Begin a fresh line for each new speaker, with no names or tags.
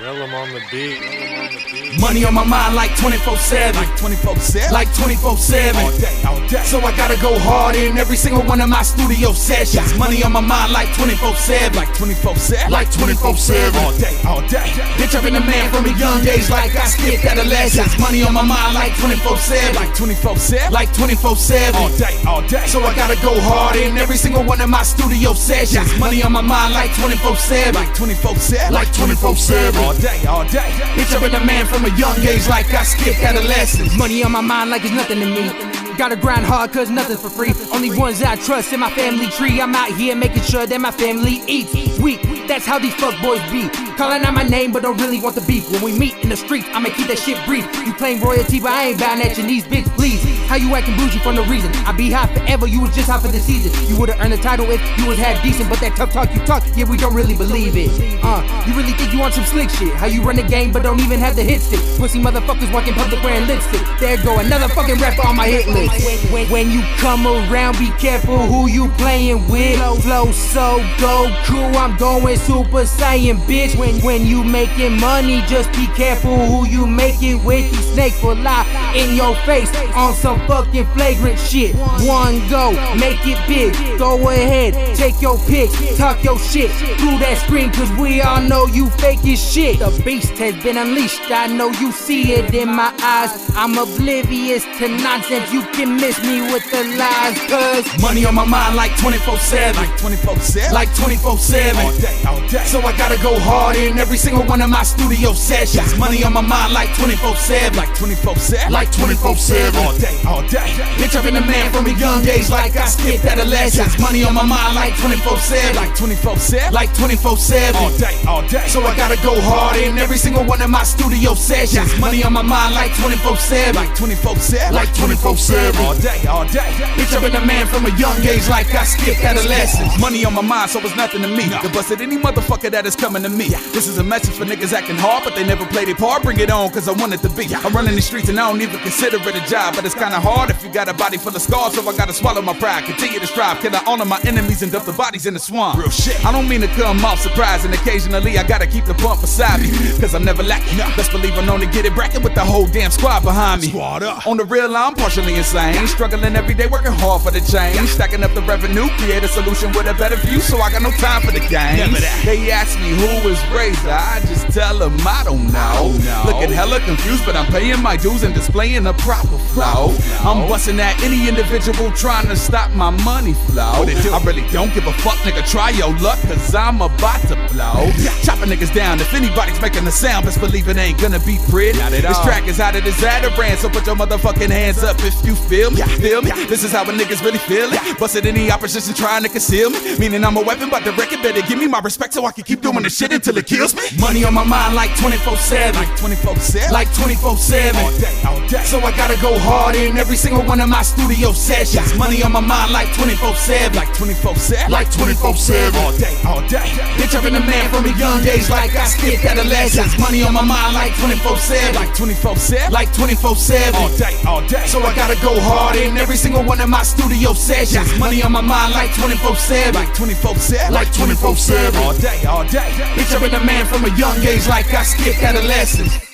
Hell, on the beat.
Money on my mind like 24 7. Like 24 7? Like 24 7. All day, all day. So I gotta go hard in every single one of my studio sessions. Money on my mind like 24 7. Like 24 7? Like 24 7. All day, all day. Bitch, I've been a man from a young age like I skipped adolescence. Money on my mind like 24 7. Like 24 7? Like 24 7. All day, all day. So I gotta go hard in every single one of my studio sessions. Money on my mind like 24 7. Like 24 7? Like 24 7. All day, all day. Bitch, I've been a man from a young age like I skipped adolescence.
Money on my mind like it's nothing to me. Gotta grind hard cause nothing's for free. Only ones I trust in my family tree. I'm out here making sure that my family eats. Weak, that's how these fuckboys be. Calling out my name but don't really want the beef. When we meet in the streets, I'ma keep that shit brief. You claim royalty but I ain't bound at your knees, bitch, please. How you acting bougie for no reason? I be hot forever, you was just hot for the season. You would've earned a title if you was half decent, but that tough talk you talk, yeah, we don't really believe it. Uh, you really think you on some slick shit? How you run the game but don't even have the hit stick? Pussy motherfuckers walking public wearing lipstick. There go another fucking rapper on my hit list. When, when- when you come around, be careful who you playing with. Flow, flow, so Goku, I'm going Super Saiyan, bitch. When, when you making money, just be careful who you make it with. These snakes will lie in your face on some fucking flagrant shit. One go, make it big. Go ahead, take your pics, talk your shit. Through that screen, cause we all know you fake as shit. The beast has been unleashed, I know you see it in my eyes. I'm oblivious to nonsense, you can miss me with the lies, cause.
Money on my mind like 24 7. Like 24 7? Like 24 7. All day, all day. So I gotta go hard in every single one of my studio sessions. Money on my mind like 24 7. Like 24 7? Like 24 7. All day, all day. Bitch, I've been a man from a young age like I skipped adolescence. Money on my mind like 24 7. Like 24 7? Like 24 7. All day, all day. So I gotta go hard in every single one of my studio sessions. Money on my mind like 24 7. Like 24 7? Like 24 7. All day, all day. Bitch, I've been a man from a young age like I skipped adolescence. Money on my mind, so it's nothing to me. The bust at any motherfucker that is coming to me. This is a message for niggas acting hard, but they never played their part. Bring it on, cause I want it to be. I'm running the streets and I don't even consider it a job. But it's kinda hard if you got a body full of scars, so I gotta swallow my pride. Continue to strive, can I honor my enemies and dump the bodies in the swamp? Real shit. I don't mean to come off surprising. Occasionally, I gotta keep the pump beside me, cause I'm never lacking. Best believe I'm known to get it bracket with the whole damn squad behind me. Squad up. On the real, I'm partially insane. Struggling every day, working hard for the change. Stacking up the revenue, create a solution with a better view, so I got no time for the games. They ask me who is Razor, I just tell them I don't know. Looking hella confused, but I'm paying my dues and displaying a proper flow. I'm busting at any individual trying to stop my money flow. I really don't give a fuck, nigga. Try your luck, cause I'm about to blow. Chopping niggas down, if anybody's making a sound, best believe it ain't gonna be pretty. This track is out of this brand, so put your motherfucking hands up if you feel me. Feel me? This is how a niggas really feel it. Busted any opposition trying to conceal me. Meaning I'm a weapon, but the record better give me my respect so I can keep doing the shit until it kills me. Money on my mind like 24 7. Like 24 7? Like 24 7. All day, all day. So I gotta go hard in every single one of my studio sessions. Money on my mind like 24 7. Like 24 7? Like 24 7. All day, all day. Bitch, I've been a man from a young age like I skipped adolescence. Money on my mind like 24 7. Like 24 7? Like 24 7. All day, all day. So I gotta go hard in every single one of my studio sessions. Money on my mind like 24 7. Like 24 7? Like 24 7. All day, all day. Bitch, I've been a man from a young age like I skipped adolescence.